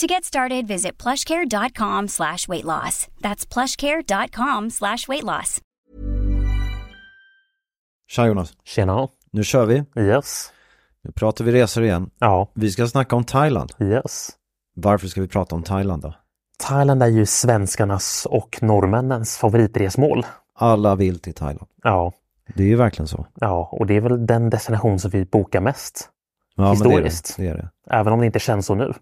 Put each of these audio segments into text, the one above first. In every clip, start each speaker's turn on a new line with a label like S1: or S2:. S1: To get started, visit plushcare.com slash weight loss. That's plushcare.com slash weight loss.
S2: Tja Jonas,
S3: Tjena.
S2: nu kör vi.
S3: Yes.
S2: Nu pratar vi resor igen.
S3: Ja.
S2: Vi ska snacka om Thailand.
S3: Yes.
S2: Varför ska vi prata om Thailand då?
S3: Thailand är ju svenskarnas och norrmännens favoritresmål.
S2: Alla vill till Thailand.
S3: Ja.
S2: Det är ju verkligen så.
S3: Ja, och det är väl den destination som vi bokar mest.
S2: Ja,
S3: Historiskt.
S2: Men det, är det. det är det.
S3: Även om det inte känns så nu.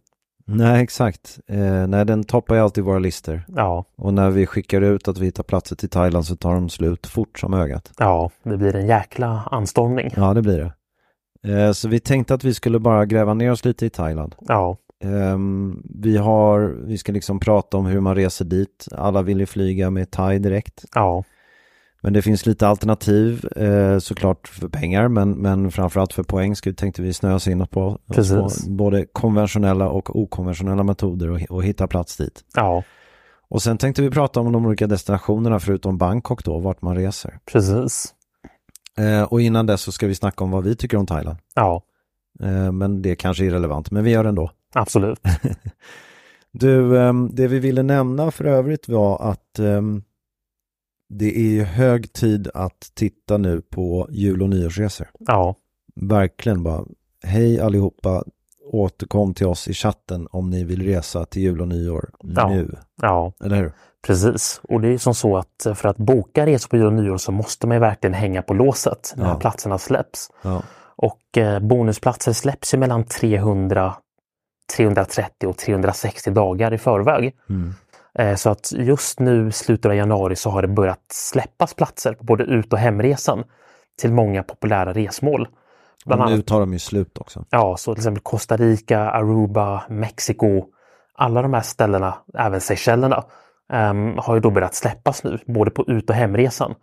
S2: Nej, exakt. Eh, nej, den toppar ju alltid våra listor.
S3: Ja.
S2: Och när vi skickar ut att vi hittar platser till Thailand så tar de slut fort som ögat.
S3: Ja, det blir en jäkla anstormning.
S2: Ja, det blir det. Eh, så vi tänkte att vi skulle bara gräva ner oss lite i Thailand.
S3: Ja.
S2: Ehm, vi, har, vi ska liksom prata om hur man reser dit. Alla vill ju flyga med Thai direkt.
S3: Ja.
S2: Men det finns lite alternativ eh, såklart för pengar men, men framförallt för poäng skulle, tänkte vi snöa oss in på, på
S3: Precis.
S2: både konventionella och okonventionella metoder och, och hitta plats dit.
S3: Ja,
S2: Och sen tänkte vi prata om de olika destinationerna förutom Bangkok då, vart man reser.
S3: precis.
S2: Eh, och innan dess så ska vi snacka om vad vi tycker om Thailand.
S3: Ja,
S2: Eh, men det kanske är irrelevant, men vi gör det ändå.
S3: absolut.
S2: Du, ehm, det vi ville nämna för övrigt var att ehm, det är ju hög tid att titta nu på jul och nyårsresor.
S3: Ja,
S2: Verkligen bara, hej allihopa, återkom till oss i chatten om ni vill resa till jul och nyår
S3: Ja.
S2: nu.
S3: ja,
S2: Eller hur?
S3: precis. Och det är ju som så att för att boka resor på jul och nyår så måste man ju verkligen hänga på låset när
S2: Ja.
S3: platserna släpps.
S2: Ja,
S3: Och eh, bonusplatser släpps ju mellan 300, 330 och 360 dagar i förväg. Eh, så att just nu, slutet av januari, så har det börjat släppas platser på både ut och hemresan till många populära resmål. Bland
S2: och nu
S3: annat
S2: tar de ju slut också.
S3: ja, så till exempel Costa Rica, Aruba, Mexiko. Alla de här ställena, även Seychellerna, ehm, har ju då börjat släppas nu, både på ut och hemresan.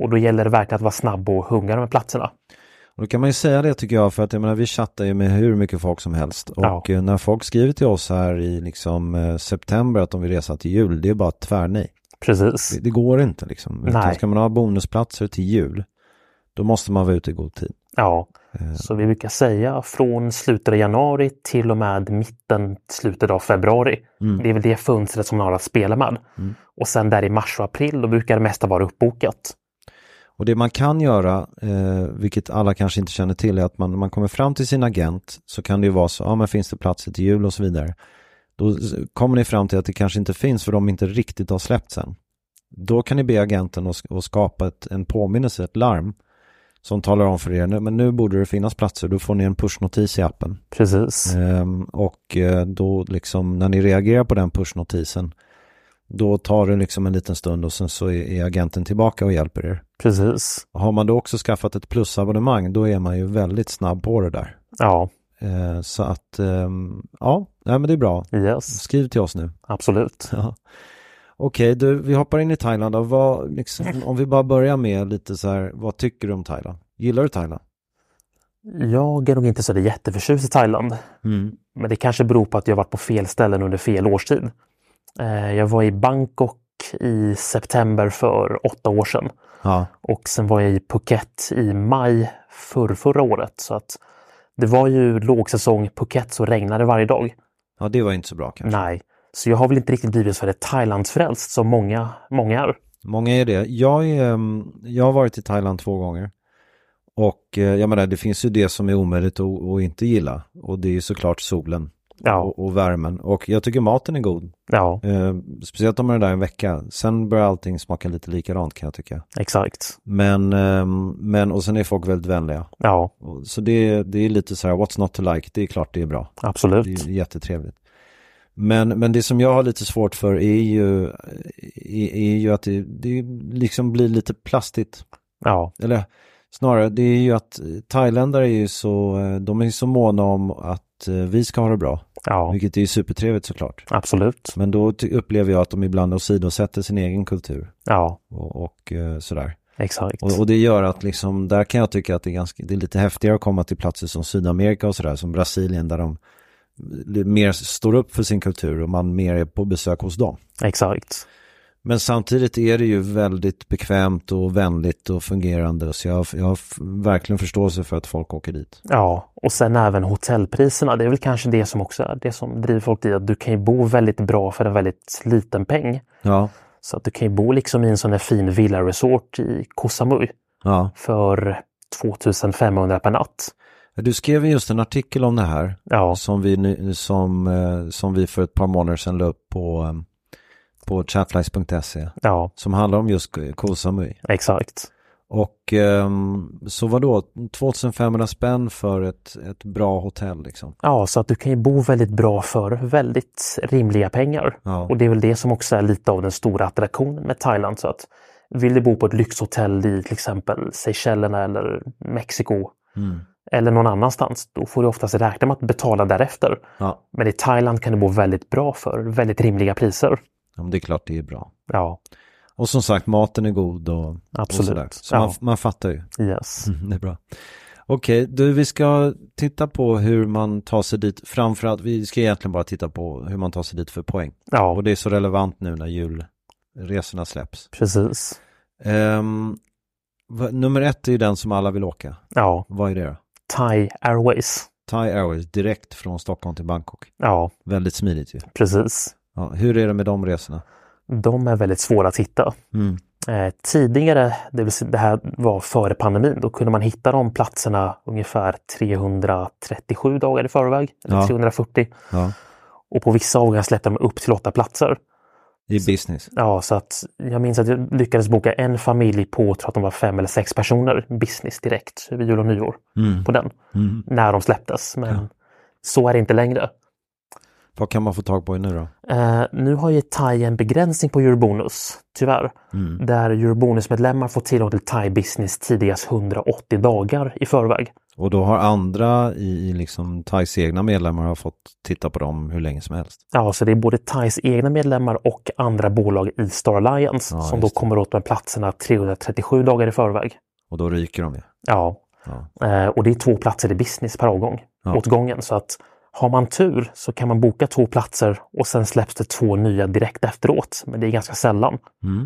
S3: Och då gäller det verkligen att vara snabb och hunga de här platserna.
S2: Och då kan man ju säga det tycker jag, för att jag menar, vi chattar ju med hur mycket folk som helst.
S3: Ja.
S2: Och eh, när folk skriver till oss här i liksom, eh, september att de vill resa till jul, det är bara tvärnej.
S3: Precis.
S2: Det, det går inte liksom. Utan
S3: Nej.
S2: ska man ha bonusplatser till jul, då måste man vara ute i god tid.
S3: Ja, så vi brukar säga från slutet av januari till och med mitten, slutet av februari. Det är väl det fönstret som man har att spela med. Och sen där i mars och april, då brukar det mesta vara uppbokat.
S2: Och det man kan göra, eh, vilket alla kanske inte känner till, är att man, när man kommer fram till sin agent så kan det ju vara så, ja men finns det platser till jul och så vidare. Då s- kommer ni fram till att det kanske inte finns för de inte riktigt har släppts än. Då kan ni be agenten att, sk- att skapa ett, en påminnelse, ett larm, som talar om för er, "Nu- men nu borde det finnas platser, då får ni en pushnotis i appen.
S3: Precis.
S2: Ehm, och eh, då liksom när ni reagerar på den pushnotisen då tar det liksom en liten stund och sen så är är agenten tillbaka och hjälper er.
S3: Precis.
S2: Har man då också skaffat ett plusabonnemang då är man ju väldigt snabb på det där.
S3: Ja,
S2: Eh, så att ehm, ja, nej, men det är bra.
S3: yes.
S2: Skriv till oss nu.
S3: Absolut.
S2: Ja. Okej, du, vi hoppar in i Thailand. Då. Vad, liksom, om vi bara börjar med lite så här, vad tycker du om Thailand? Gillar du Thailand?
S3: Jag är nog inte så där jätteförtjust i Thailand. Men det kanske beror på att jag varit på fel ställen under fel årstid. Eh, Jag var i Bangkok i september för åtta år sedan.
S2: Ja.
S3: Och sen var jag i Phuket i maj för förra året. Så att det var ju lågsäsong Phuket så regnade varje dag.
S2: ja, det var inte så bra kanske.
S3: Nej, så jag har väl inte riktigt blivit så här Thailandsfrälst som många, många är.
S2: Många är det. Jag, är, ehm, jag har varit i Thailand två gånger. Och eh, jag menar, det finns ju det som är omöjligt att, att inte gilla. Och det är ju såklart solen
S3: Ja,
S2: och, och värmen. Och jag tycker maten är god.
S3: ja,
S2: Eh, speciellt om man är där en vecka. Sen börjar allting smaka lite likadant kan jag tycka.
S3: exakt.
S2: Men, ehm, men och sen är folk väldigt vänliga.
S3: Ja,
S2: Och- Så det, det är lite så här, what's not to like? Det är klart det är bra. Det
S3: absolut.
S2: är jättetrevligt. Men, men det som jag har lite svårt för är ju, är, är ju att det, det liksom blir lite plastigt.
S3: Ja,
S2: Eller snarare, det är ju att thailändare är ju så, eh, de är ju så måna om att eh, vi ska ha det bra.
S3: ja,
S2: Vilket är ju supertrevligt såklart.
S3: absolut.
S2: Men då ty- upplever jag att de ibland åsidosätter sin egen kultur
S3: Ja,
S2: och, och eh, sådär.
S3: exakt.
S2: Och, och det gör att liksom, där kan jag tycka att det är, ganska, det är lite häftigare att komma till platser som Sydamerika och sådär, som Brasilien, där de li- mer står upp för sin kultur och man mer är på besök hos dem.
S3: Exakt.
S2: Men samtidigt är det ju väldigt bekvämt och vänligt och fungerande, så jag, har- jag har f- verkligen förståelse för att folk åker dit.
S3: Ja, och sen även hotellpriserna. Det är väl kanske det som också är det som driver folk dit. Att du kan ju bo väldigt bra för en väldigt liten peng.
S2: Ja,
S3: Så att du kan ju bo liksom i en sån där fin villaresort i Koh Samui
S2: ja.
S3: för 2500 per natt.
S2: Du skrev ju just en artikel om det här
S3: Ja,
S2: som, vi, nu- som, eh, som vi för ett par månader sedan la upp på, eh, på chatflies.se
S3: ja,
S2: som handlar om just Koh Samui.
S3: exakt.
S2: Och ehm, så var då 2500 spänn för ett, ett bra hotell liksom.
S3: Ja, så att du kan ju bo väldigt bra för väldigt rimliga pengar.
S2: Ja.
S3: Och det är väl det som också är lite av den stora attraktionen med Thailand. Så att vill du bo på ett lyxhotell i till exempel Seychellerna eller Mexiko
S2: Mm.
S3: eller någon annanstans, då får du oftast räkna med att betala därefter.
S2: Ja.
S3: Men i Thailand kan du bo väldigt bra för väldigt rimliga priser.
S2: ja, men det är klart det är bra.
S3: Ja,
S2: Och som sagt, maten är god och, och
S3: absolut.
S2: sådär. Så
S3: ja.
S2: man, man fattar ju.
S3: Yes.
S2: Mm, Det är bra. Okej, du, vi ska titta på hur man tar sig dit. Framförallt, vi ska egentligen bara titta på hur man tar sig dit för poäng.
S3: Ja,
S2: Och det är så relevant nu när julresorna släpps.
S3: precis.
S2: Ehm, va- nummer ett är ju den som alla vill åka.
S3: Ja,
S2: Vad är det då?
S3: Thai Airways.
S2: Thai Airways, direkt från Stockholm till Bangkok.
S3: Ja,
S2: Väldigt smidigt ju.
S3: precis.
S2: Ja, hur är det med de resorna?
S3: De är väldigt svåra att hitta.
S2: Mm.
S3: Eh, tidigare, det, vill säga, det här var före pandemin, då kunde man hitta de platserna ungefär 337 dagar i förväg, eller
S2: Ja.
S3: 340.
S2: Ja,
S3: Och på vissa avgångar släppte de upp till åtta platser.
S2: i business.
S3: Ja, så att jag minns att jag lyckades boka en familj på, tror att de var fem eller sex personer, business direkt, över jul och nyår,
S2: Mm.
S3: på den, när de släpptes. Men så är det inte längre.
S2: Vad kan man få tag på nu då?
S3: Eh, nu har ju Thai en begränsning på Eurobonus, tyvärr.
S2: Mm.
S3: Där Eurobonus-medlemmar får tillgång till Thai Business tidigast 180 dagar i förväg.
S2: Och då har andra i, i liksom Thais egna medlemmar har fått titta på dem hur länge som helst.
S3: Ja, så det är både Thais egna medlemmar och andra bolag i Star Alliance
S2: Ja,
S3: som då
S2: just det.
S3: kommer åt med platserna 337 dagar i förväg.
S2: Och då ryker de ju.
S3: Ja,
S2: Ja.
S3: eh, och det är två platser i business per avgång,
S2: Ja.
S3: åt gången. Så att har man tur så kan man boka två platser och sen släpps det två nya direkt efteråt. Men det är ganska sällan.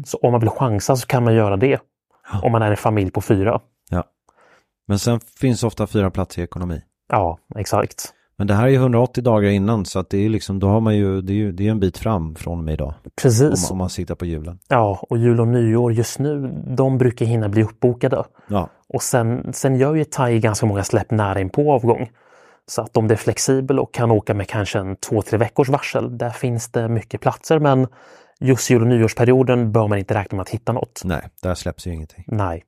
S3: Så om man vill chansa så kan man göra det. Om man är en familj på fyra.
S2: ja. Men sen finns ofta fyra platser i ekonomi.
S3: Ja, exakt.
S2: Men det här är 180 dagar innan så att det är liksom, då har man ju, det är ju det är en bit fram från och med idag. Om,
S3: Precis.
S2: om man siktar på julen.
S3: Ja, och jul och nyår just nu, de brukar hinna bli uppbokade.
S2: Ja,
S3: Och sen, sen gör ju Thai ganska många släpp nära in på avgång. Så att om det är flexibel och kan åka med kanske en två, tre veckors varsel, där finns det mycket platser. Men just jul och nyårsperioden bör man inte räkna med att hitta något.
S2: nej, där släpps ju ingenting.
S3: Nej.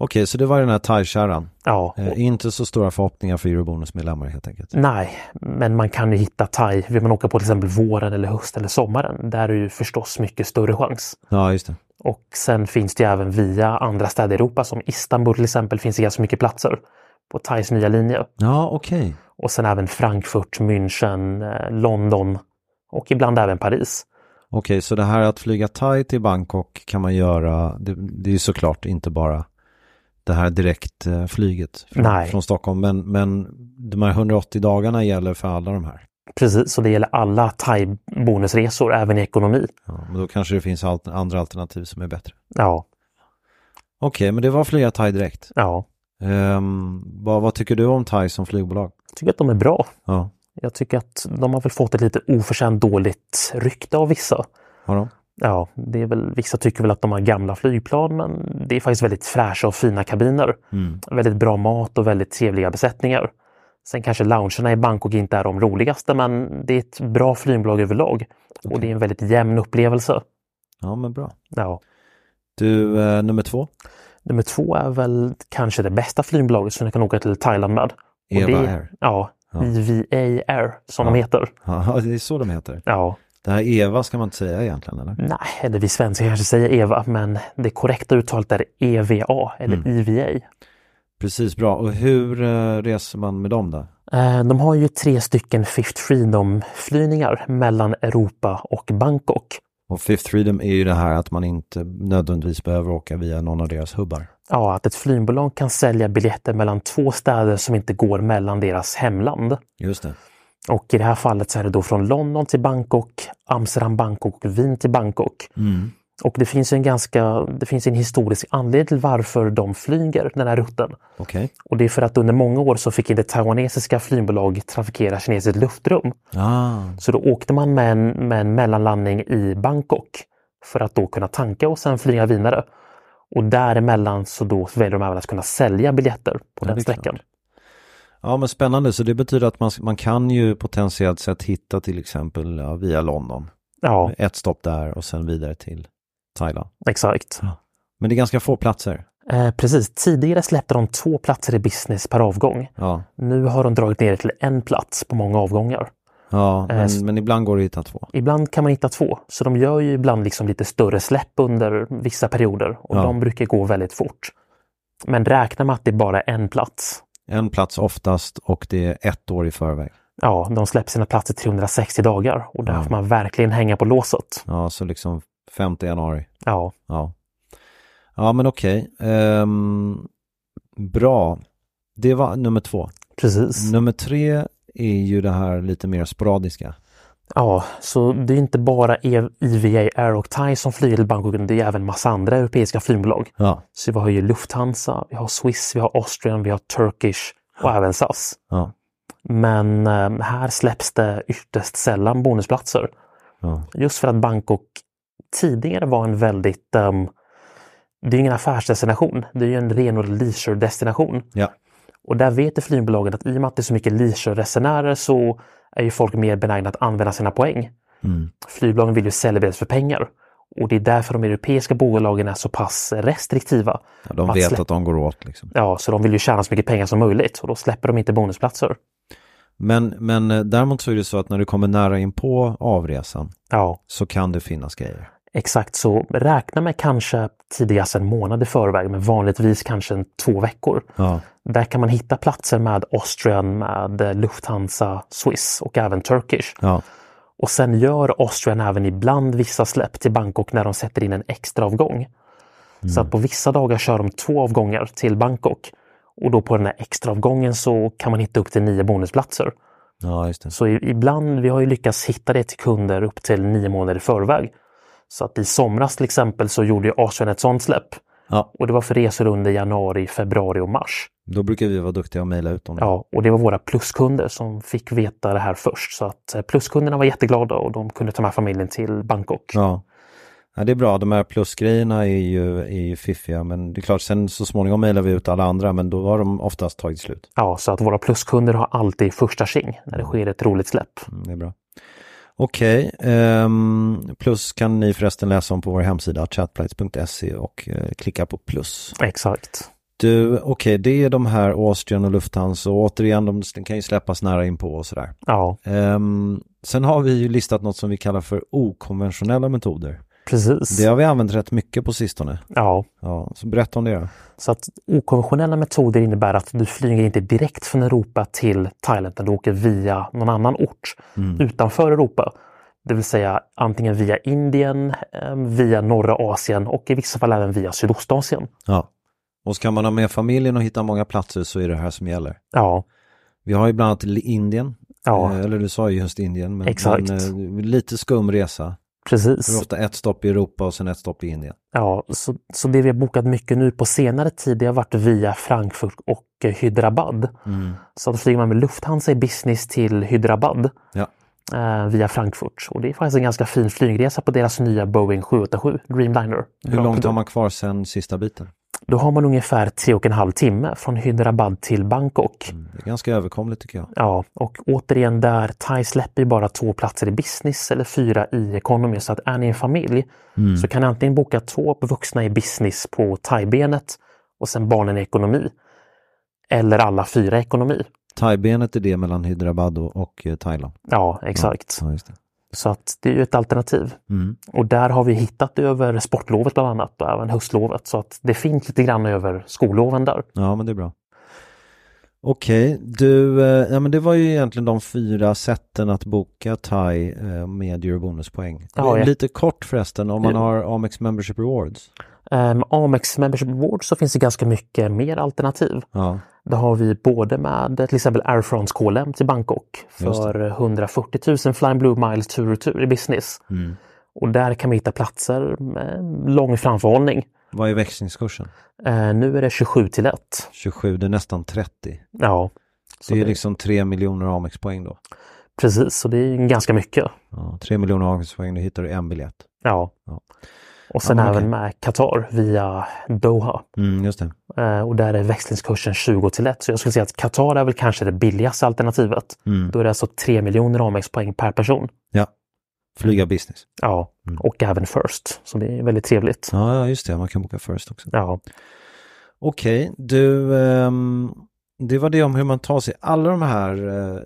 S2: Okej, så det var den här thai-kärran.
S3: Ja, och,
S2: Eh, inte så stora förhoppningar för Eurobonus-medlemmar helt enkelt.
S3: nej, men man kan ju hitta Thai. Vill man åka på till exempel våren eller höst eller sommaren, där är det ju förstås mycket större chans.
S2: Ja, just det.
S3: Och sen finns det ju även via andra städer i Europa som Istanbul till exempel finns det ganska mycket platser på Thais nya linje.
S2: Ja, okej.
S3: Och sen även Frankfurt, München, eh, London och ibland även Paris.
S2: Okej, så det här att flyga Thai till Bangkok kan man göra, det, det är ju såklart inte bara det här direktflyget från,
S3: Nej.
S2: från Stockholm, men, men de här 180 dagarna gäller för alla de här.
S3: Precis, så det gäller alla thai-bonusresor, även i ekonomi.
S2: Ja, men då kanske det finns alt- andra alternativ som är bättre.
S3: Ja,
S2: Okej, men det var flyga Thai direkt.
S3: ja.
S2: Ehm, vad, vad tycker du om Thai som flygbolag?
S3: Jag tycker att de är bra.
S2: Ja,
S3: Jag tycker att de har väl fått ett lite oförtjänt dåligt rykte av vissa.
S2: har de?
S3: Ja, det är väl, vissa tycker väl att de har gamla flygplan, men det är faktiskt väldigt fräscha och fina kabiner. Väldigt bra mat och väldigt trevliga besättningar. Sen kanske loungerna i Bangkok inte är de roligaste, men det är ett bra flygbolag överlag. Och det är en väldigt jämn upplevelse.
S2: Ja, men bra.
S3: Ja.
S2: Du, eh, nummer två?
S3: Nummer två är väl kanske det bästa flygbolaget som jag kan åka till Thailand med. Och
S2: Eva
S3: det,
S2: Air.
S3: Ja,
S2: Ja.
S3: EVA Air som de heter.
S2: Ja, det är så de heter.
S3: Ja.
S2: Det här Eva ska man inte säga egentligen, eller?
S3: Nej, eller vi svenskar kanske säger EVA, men det korrekta uttalet är EVA eller
S2: Mm.
S3: E EVA.
S2: Precis, bra. Och hur eh, reser man med dem då?
S3: Eh, De har ju tre stycken Fifth Freedom-flygningar mellan Europa och Bangkok.
S2: Och Fifth Freedom är ju det här att man inte nödvändigtvis behöver åka via någon av deras hubbar.
S3: Ja, att ett flygbolag kan sälja biljetter mellan två städer som inte går mellan deras hemland.
S2: Just det.
S3: Och i det här fallet så är det då från London till Bangkok, Amsterdam, Bangkok och Wien till Bangkok.
S2: Mm.
S3: Och det finns ju en ganska, det finns en historisk anledning till varför de flyger den här rutten.
S2: Okej.
S3: Och det är för att under många år så fick inte taiwanesiska flygbolag trafikera kinesiskt luftrum.
S2: Ah,
S3: Så då åkte man med en, med en mellanlandning i Bangkok för att då kunna tanka och sen flyga vidare. Och däremellan så då väljer de även att kunna sälja biljetter på
S2: det
S3: den
S2: är klart.
S3: sträckan.
S2: Ja men spännande, så det betyder att man, man kan ju potentiellt sett hitta till exempel ja, via London.
S3: Ja,
S2: Ett stopp där och sen vidare till Thailand.
S3: exakt.
S2: Men det är ganska få platser.
S3: Eh, precis, tidigare släppte de två platser i business per avgång.
S2: Ja,
S3: Nu har de dragit ner det till en plats på många avgångar.
S2: ja
S3: s-
S2: men, men ibland går det att hitta två.
S3: Ibland kan man hitta två, så de gör ju ibland liksom lite större släpp under vissa perioder och
S2: Ja.
S3: de brukar gå väldigt fort. Men räkna med att det är bara en plats.
S2: En plats oftast och det är ett år i förväg.
S3: Ja, de släpper sina platser 360 dagar och där
S2: Ja.
S3: får man verkligen hänga på låset.
S2: Ja, så liksom 5 januari.
S3: Ja,
S2: Ja, ja men okej. Ehm, bra. Det var nummer två.
S3: precis.
S2: Nummer tre är ju det här lite mer sporadiska.
S3: Ja, så det är inte bara E- EVA Air och Thai som flyger till Bangkok, utan det är även massa andra europeiska flygbolag.
S2: Ja,
S3: Så vi har ju Lufthansa, vi har Swiss, vi har Austrian, vi har Turkish och även SAS.
S2: ja,
S3: Men eh, här släpps det ytterst sällan bonusplatser.
S2: ja.
S3: Just för att Bangkok tidigare var en väldigt... ehm, det är ingen affärsdestination, det är ju en renodlad leisure-destination.
S2: ja.
S3: Och där vet ju flygbolagen att i och med att det är så mycket leisure-resenärer så är ju folk mer benägna att använda sina poäng.
S2: Mm.
S3: Flygbolagen vill ju sälja biljetter för pengar. Och det är därför de europeiska bolagen är så pass restriktiva.
S2: Ja, de
S3: Att
S2: vet
S3: slä-
S2: att de går åt liksom.
S3: Ja, så de vill ju tjäna så mycket pengar som möjligt och då släpper de inte bonusplatser.
S2: Men, men eh, däremot så är det så att när du kommer nära in på avresan
S3: Ja,
S2: så kan det finnas grejer.
S3: exakt så. Räkna med kanske tidigast en månad i förväg, men vanligtvis kanske en två veckor.
S2: Ja,
S3: Där kan man hitta platser med Austrian, med eh, Lufthansa, Swiss och även Turkish.
S2: ja,
S3: Och sen gör Austrian även ibland vissa släpp till Bangkok när de sätter in en extra avgång. Så att på vissa dagar kör de två avgångar till Bangkok. Och då på den här extra avgången så kan man hitta upp till nio bonusplatser.
S2: ja just det.
S3: Så i- ibland, vi har ju lyckats hitta det till kunder upp till nio månader i förväg. Så att i somras till exempel så gjorde ju Austrian ett sånt släpp.
S2: Ja,
S3: Och det var för resor under januari, februari och mars.
S2: då brukar vi vara duktiga och mejla ut dem.
S3: Ja, och det var våra pluskunder som fick veta det här först. Så att eh, pluskunderna var jätteglada och de kunde ta med familjen till Bangkok.
S2: ja. Ja, det är bra. De här plusgrejerna är ju, är ju fiffiga, men det är klart, sen så småningom mejlar vi ut alla andra, men då har de oftast tagit slut.
S3: Ja, så att våra pluskunder har alltid första tjing när det sker ett roligt släpp.
S2: Mm, Det är bra. Okej, ehm, plus kan ni förresten läsa om på vår hemsida chatplights.se och eh, klicka på plus.
S3: Exakt.
S2: Du, okej, det är de här Austrian och Lufthansa och återigen, de, den kan ju släppas nära in på och sådär.
S3: Ja,
S2: Ehm, sen har vi ju listat något som vi kallar för okonventionella metoder.
S3: precis.
S2: Det har vi använt rätt mycket på sistone.
S3: Ja,
S2: Ja, så berätta om det då.
S3: så att okonventionella metoder innebär att du flyger inte direkt från Europa till Thailand, utan du åker via någon annan ort utanför Europa. Det vill säga antingen via Indien, eh, via norra Asien och i vissa fall även via Sydostasien.
S2: Ja. Och ska man ha med familjen och hitta många platser så är det här som gäller.
S3: Ja,
S2: Vi har ju bland annat Indien,
S3: Ja,
S2: Eh, Eller du sa ju just Indien, men,
S3: Exakt.
S2: men eh, lite skum resa. Det är
S3: precis.
S2: ofta ett stopp i Europa och sen ett stopp i Indien.
S3: Ja, så, så det vi har bokat mycket nu på senare tid det har varit via Frankfurt och eh, Hyderabad. Så då flyger man med Lufthansa i business till Hyderabad
S2: Ja.
S3: eh, via Frankfurt. Och det är faktiskt en ganska fin flygresa på deras nya Boeing 787 Dreamliner.
S2: Hur långt har man kvar sen sista biten?
S3: Då har man ungefär tre och en halv timme från Hyderabad till Bangkok.
S2: Det är ganska överkomligt tycker jag.
S3: Ja, och återigen där, Thai släpper ju bara två platser i business eller fyra i economy. Så att är ni en familj
S2: Mm.
S3: så kan ni antingen boka två på vuxna i business på thai-benet och sen barnen i ekonomi. Eller alla fyra i ekonomi.
S2: Thaibenet är det mellan Hyderabad och- och eh, Thailand.
S3: Ja, exakt.
S2: Ja, just det. Mm.
S3: Så att det är ju ett alternativ. Och där har vi hittat det över sportlovet bland annat och även höstlovet. Så att det finns lite grann över skolloven där.
S2: Ja, men det är bra. Okej, du, eh, ja men det var ju egentligen de fyra sätten att boka thai eh, med eurobonuspoäng.
S3: Ja, ja.
S2: Lite kort förresten, om man
S3: Jo.
S2: har Amex Membership Rewards.
S3: Um, Amex Membership Award så finns det ganska mycket mer alternativ.
S2: Ja,
S3: Då har vi både med till exempel Air France KLM till Bangkok
S2: Just det.
S3: för 140 000 Flying Blue Miles tur och tur i business.
S2: Mm.
S3: Och där kan vi hitta platser med lång framförhållning.
S2: vad är växlingskursen?
S3: Eh, nu är det 27 till 1.
S2: 27, det är nästan 30.
S3: Ja, så
S2: det är
S3: det-
S2: liksom 3 miljoner Amex-poäng då.
S3: precis. Så det är ju ganska mycket.
S2: Ja, 3 miljoner Amex-poäng, då hittar du en biljett.
S3: Ja.
S2: Ja.
S3: Och sen
S2: Ja, men
S3: även
S2: okej.
S3: med Qatar via Doha.
S2: Mm, just det.
S3: Eh, och där är växlingskursen 20 till 1. Så jag skulle säga att Qatar är väl kanske det billigaste alternativet.
S2: Mm.
S3: Då är det alltså 3 miljoner Amex-poäng per person.
S2: Ja, flyga business.
S3: Ja, och även First. Så det är väldigt trevligt.
S2: Ja, ja, just det, man kan boka first också.
S3: Ja,
S2: Okej, du, ehm, det var det om hur man tar sig. Alla de här eh,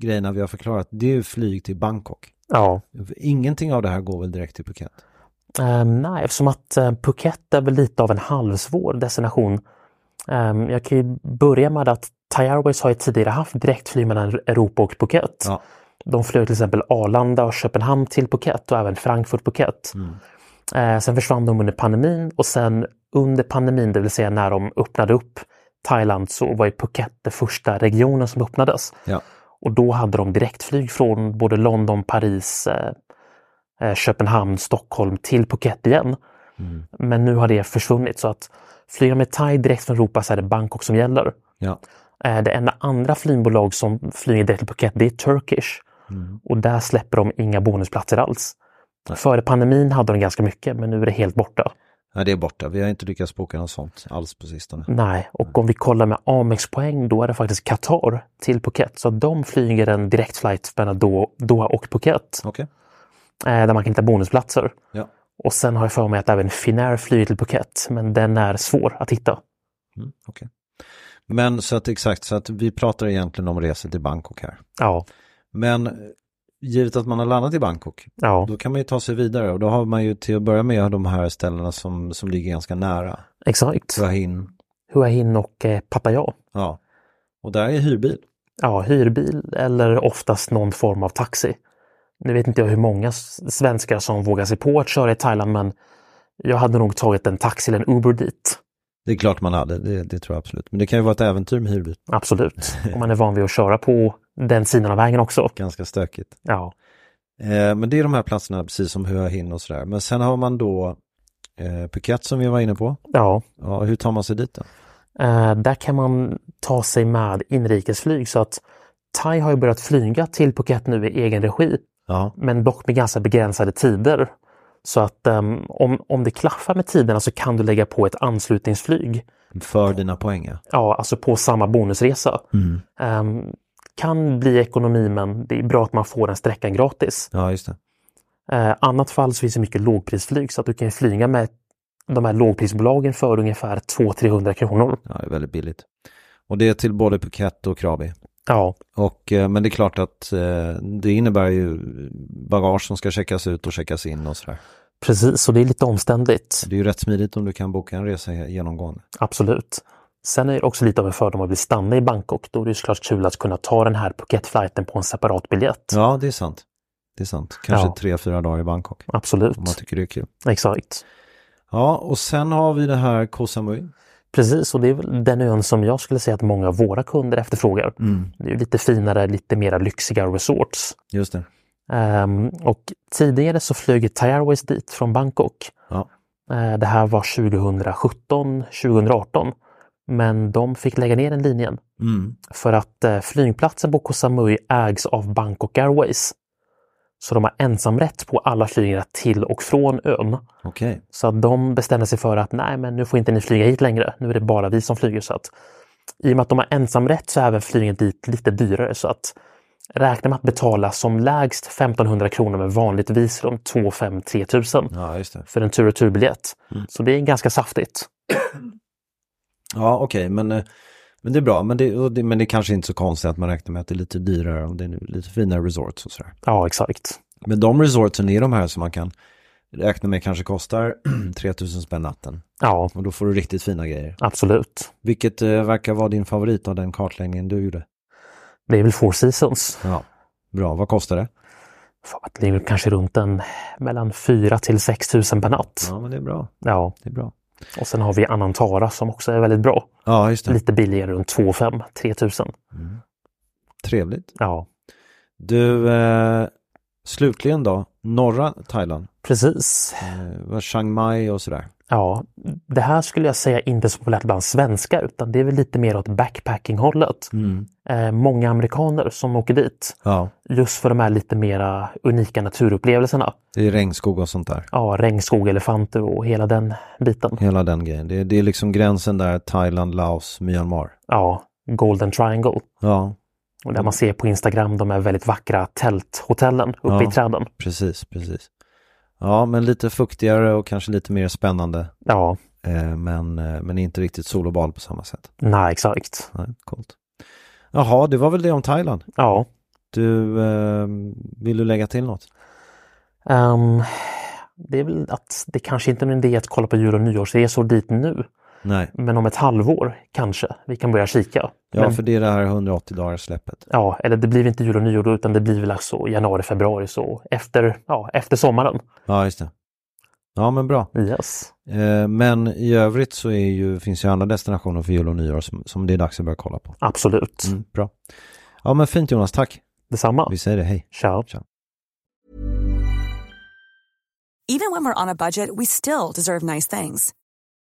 S2: grejerna vi har förklarat, det är ju flyg till Bangkok.
S3: ja.
S2: Ingenting av det här går väl direkt till Phuket?
S3: Eh, nej, eftersom att eh, Phuket är väl lite av en halvsvår destination. Eh, jag kan ju börja med att Thai Airways har ju tidigare haft direktflyg mellan Europa och Phuket.
S2: Ja.
S3: De flög till exempel Arlanda och Köpenhamn till Phuket och även Frankfurt Phuket. Eh, sen försvann de under pandemin och sen under pandemin, det vill säga när de öppnade upp Thailand så var ju Phuket den första regionen som öppnades.
S2: Ja.
S3: Och då hade de direktflyg från både London, Paris, eh, eh, Köpenhamn, Stockholm till Phuket igen. Men nu har det försvunnit så att flyger med Thai direkt från Europa så är det Bangkok som gäller.
S2: Ja.
S3: Eh, Det enda andra flygbolag som flyger direkt till Phuket det är Turkish. Och där släpper de inga bonusplatser alls. Före pandemin hade de ganska mycket men nu är det helt borta.
S2: ja, det är borta. Vi har inte lyckats boka något sånt alls på sistone.
S3: Nej, och om vi kollar med Amex-poäng då är det faktiskt Qatar till Phuket. Så de flyger en direktflight mellan Do- Doha och Phuket
S2: Okej,
S3: eh, där man kan hitta bonusplatser.
S2: ja.
S3: Och sen har jag för mig att även Finnair flyger till Phuket men den är svår att hitta.
S2: Mm, okej. Men så att exakt, så att vi pratar egentligen om resor till Bangkok här.
S3: Ja,
S2: Men eh, givet att man har landat i Bangkok,
S3: ja.
S2: då kan man ju ta sig vidare och då har man ju till att börja med de här ställena som, som ligger ganska nära.
S3: Exakt.
S2: Hua Hin,
S3: Hua Hin och eh, Pattaya.
S2: ja. Och där är hyrbil.
S3: Ja, hyrbil eller oftast någon form av taxi. Nu vet inte jag hur många s- svenskar som vågar sig på att köra i Thailand men jag hade nog tagit en taxi eller en Uber dit.
S2: Det är klart man hade, det, det tror jag absolut. Men det kan ju vara ett äventyr med hyrbil.
S3: Absolut. Om man är van vid att köra på den sidan av vägen också.
S2: Ganska stökigt.
S3: Ja,
S2: Eh, men det är de här platserna, precis som Hua Hin och sådär. Men sen har man då eh, Phuket som vi var inne på.
S3: ja.
S2: Ja, hur tar man sig dit då?
S3: Eh, där kan man ta sig med inrikesflyg så att Thai har ju börjat flyga till Phuket nu i egen regi
S2: Ja,
S3: men dock med ganska begränsade tider. Så att ehm, om, om det klaffar med tiderna så kan du lägga på ett anslutningsflyg
S2: för dina poäng. ja.
S3: ja, alltså på samma bonusresa. Ehm, kan bli ekonomi men det är bra att man får den sträckan gratis.
S2: Ja, just det.
S3: Uh, annat fall så finns det mycket lågprisflyg så att du kan ju flyga med de här lågprisbolagen för ungefär 200-300 kronor.
S2: Ja, det är väldigt billigt. Och det är till både Phuket och Krabi.
S3: Ja,
S2: Och, eh, men det är klart att eh, det innebär ju bagage som ska checkas ut och checkas in och sådär.
S3: precis. Så det är lite omständigt.
S2: Det är ju rätt smidigt om du kan boka en resa genomgående.
S3: Absolut. Sen är det också lite av en fördom att bli stanna i Bangkok. Då är det ju såklart kul att kunna ta den här Phuket-flighten på en separat biljett.
S2: Ja, det är sant. Det är sant. Kanske
S3: Ja.
S2: tre, fyra dagar i Bangkok.
S3: Absolut.
S2: Om man tycker det är kul.
S3: Exakt.
S2: Ja, och sen har vi det här Koh Samui.
S3: Precis, och det är väl den ön som jag skulle säga att många av våra kunder efterfrågar.
S2: Mm.
S3: Det är ju lite finare, lite mera lyxiga resorts.
S2: Just det.
S3: Ehm, och tidigare så flög Thai Airways dit från Bangkok.
S2: Ja.
S3: Eh, det här var 2017, 2018. Men de fick lägga ner den linjen
S2: Mm.
S3: för att eh, flygplatsen på Koh Samui ägs av Bangkok Airways. Så de har ensamrätt på alla flygningar till och från ön.
S2: Okej.
S3: Så att de bestämde sig för att nej, men nu får inte ni flyga hit längre. Nu är det bara vi som flyger. Så att, I och med att de har ensamrätt så är även flygningen dit lite dyrare. Så att räkna med att betala som lägst 1500 kronor men vanligtvis runt 2 5 3000
S2: Ja, just det.
S3: för en tur och turbiljett. Så det är ganska saftigt.
S2: Ja, okej, men, eh, men det är bra. Men det, och det, men det är kanske inte så konstigt att man räknar med att det är lite dyrare om det är lite finare resorts och sådär.
S3: Ja, exakt.
S2: Men de resortsen är de här som man kan räkna med kanske kostar 3000 spänn natten.
S3: Ja,
S2: Och då får du riktigt fina grejer.
S3: absolut.
S2: Vilket eh, verkar vara din favorit av den kartläggningen du gjorde.
S3: Det är väl Four Seasons.
S2: Ja. Bra, vad kostar det?
S3: Fan, Det är väl kanske runt en mellan 4 till 6 000 per natt. Ja.
S2: Ja, men det är bra. Det är bra.
S3: Och sen har vi Anantara som också är väldigt bra.
S2: Ja, just det.
S3: Lite billigare, runt 2 5 3000
S2: Trevligt.
S3: Ja,
S2: Du, eh, slutligen då, norra Thailand,
S3: precis.
S2: eh, var Chiang Mai och sådär.
S3: Ja, det här skulle jag säga inte är så populärt bland svenskar utan det är väl lite mer åt backpacking-hållet.
S2: Mm.
S3: Eh, många amerikaner som åker dit
S2: Ja,
S3: just för de här lite mera unika naturupplevelserna.
S2: det är regnskog och sånt där.
S3: Ja, regnskog, elefanter och hela den biten.
S2: Hela den grejen. Det är, det är liksom gränsen där Thailand, Laos, Myanmar.
S3: Ja, Golden Triangle.
S2: Ja,
S3: Och där man ser på Instagram de här väldigt vackra tälthotellen uppe
S2: Ja.
S3: i träden.
S2: precis, precis. Ja, men lite fuktigare och kanske lite mer spännande.
S3: Ja,
S2: Eh, men, eh, men inte riktigt sol och bal på samma sätt.
S3: nej exakt.
S2: Nej, coolt. Jaha, det var väl det om Thailand.
S3: Ja.
S2: Du, eh, vill du lägga till något?
S3: Ehm, det är väl att det kanske inte är någon idé att kolla på jul och nyårsresor dit nu.
S2: Nej,
S3: Men om ett halvår kanske vi kan börja kika.
S2: ja,
S3: men,
S2: för det är det här 180 dagars släppet.
S3: ja, eller det blir inte jul och nyår då, utan det blir väl alltså januari, februari så efter, ja, efter sommaren.
S2: Ja, just det. Ja, men bra.
S3: Yes.
S2: Eh, men i övrigt så är ju, finns ju andra destinationer för jul och nyår som, som det är dags att börja kolla på.
S3: Absolut.
S2: Mm, bra. Ja, men fint Jonas, tack.
S3: Detsamma.
S2: Vi säger det, hej.
S3: Ciao.
S4: Even when we're on a budget, we still deserve nice things.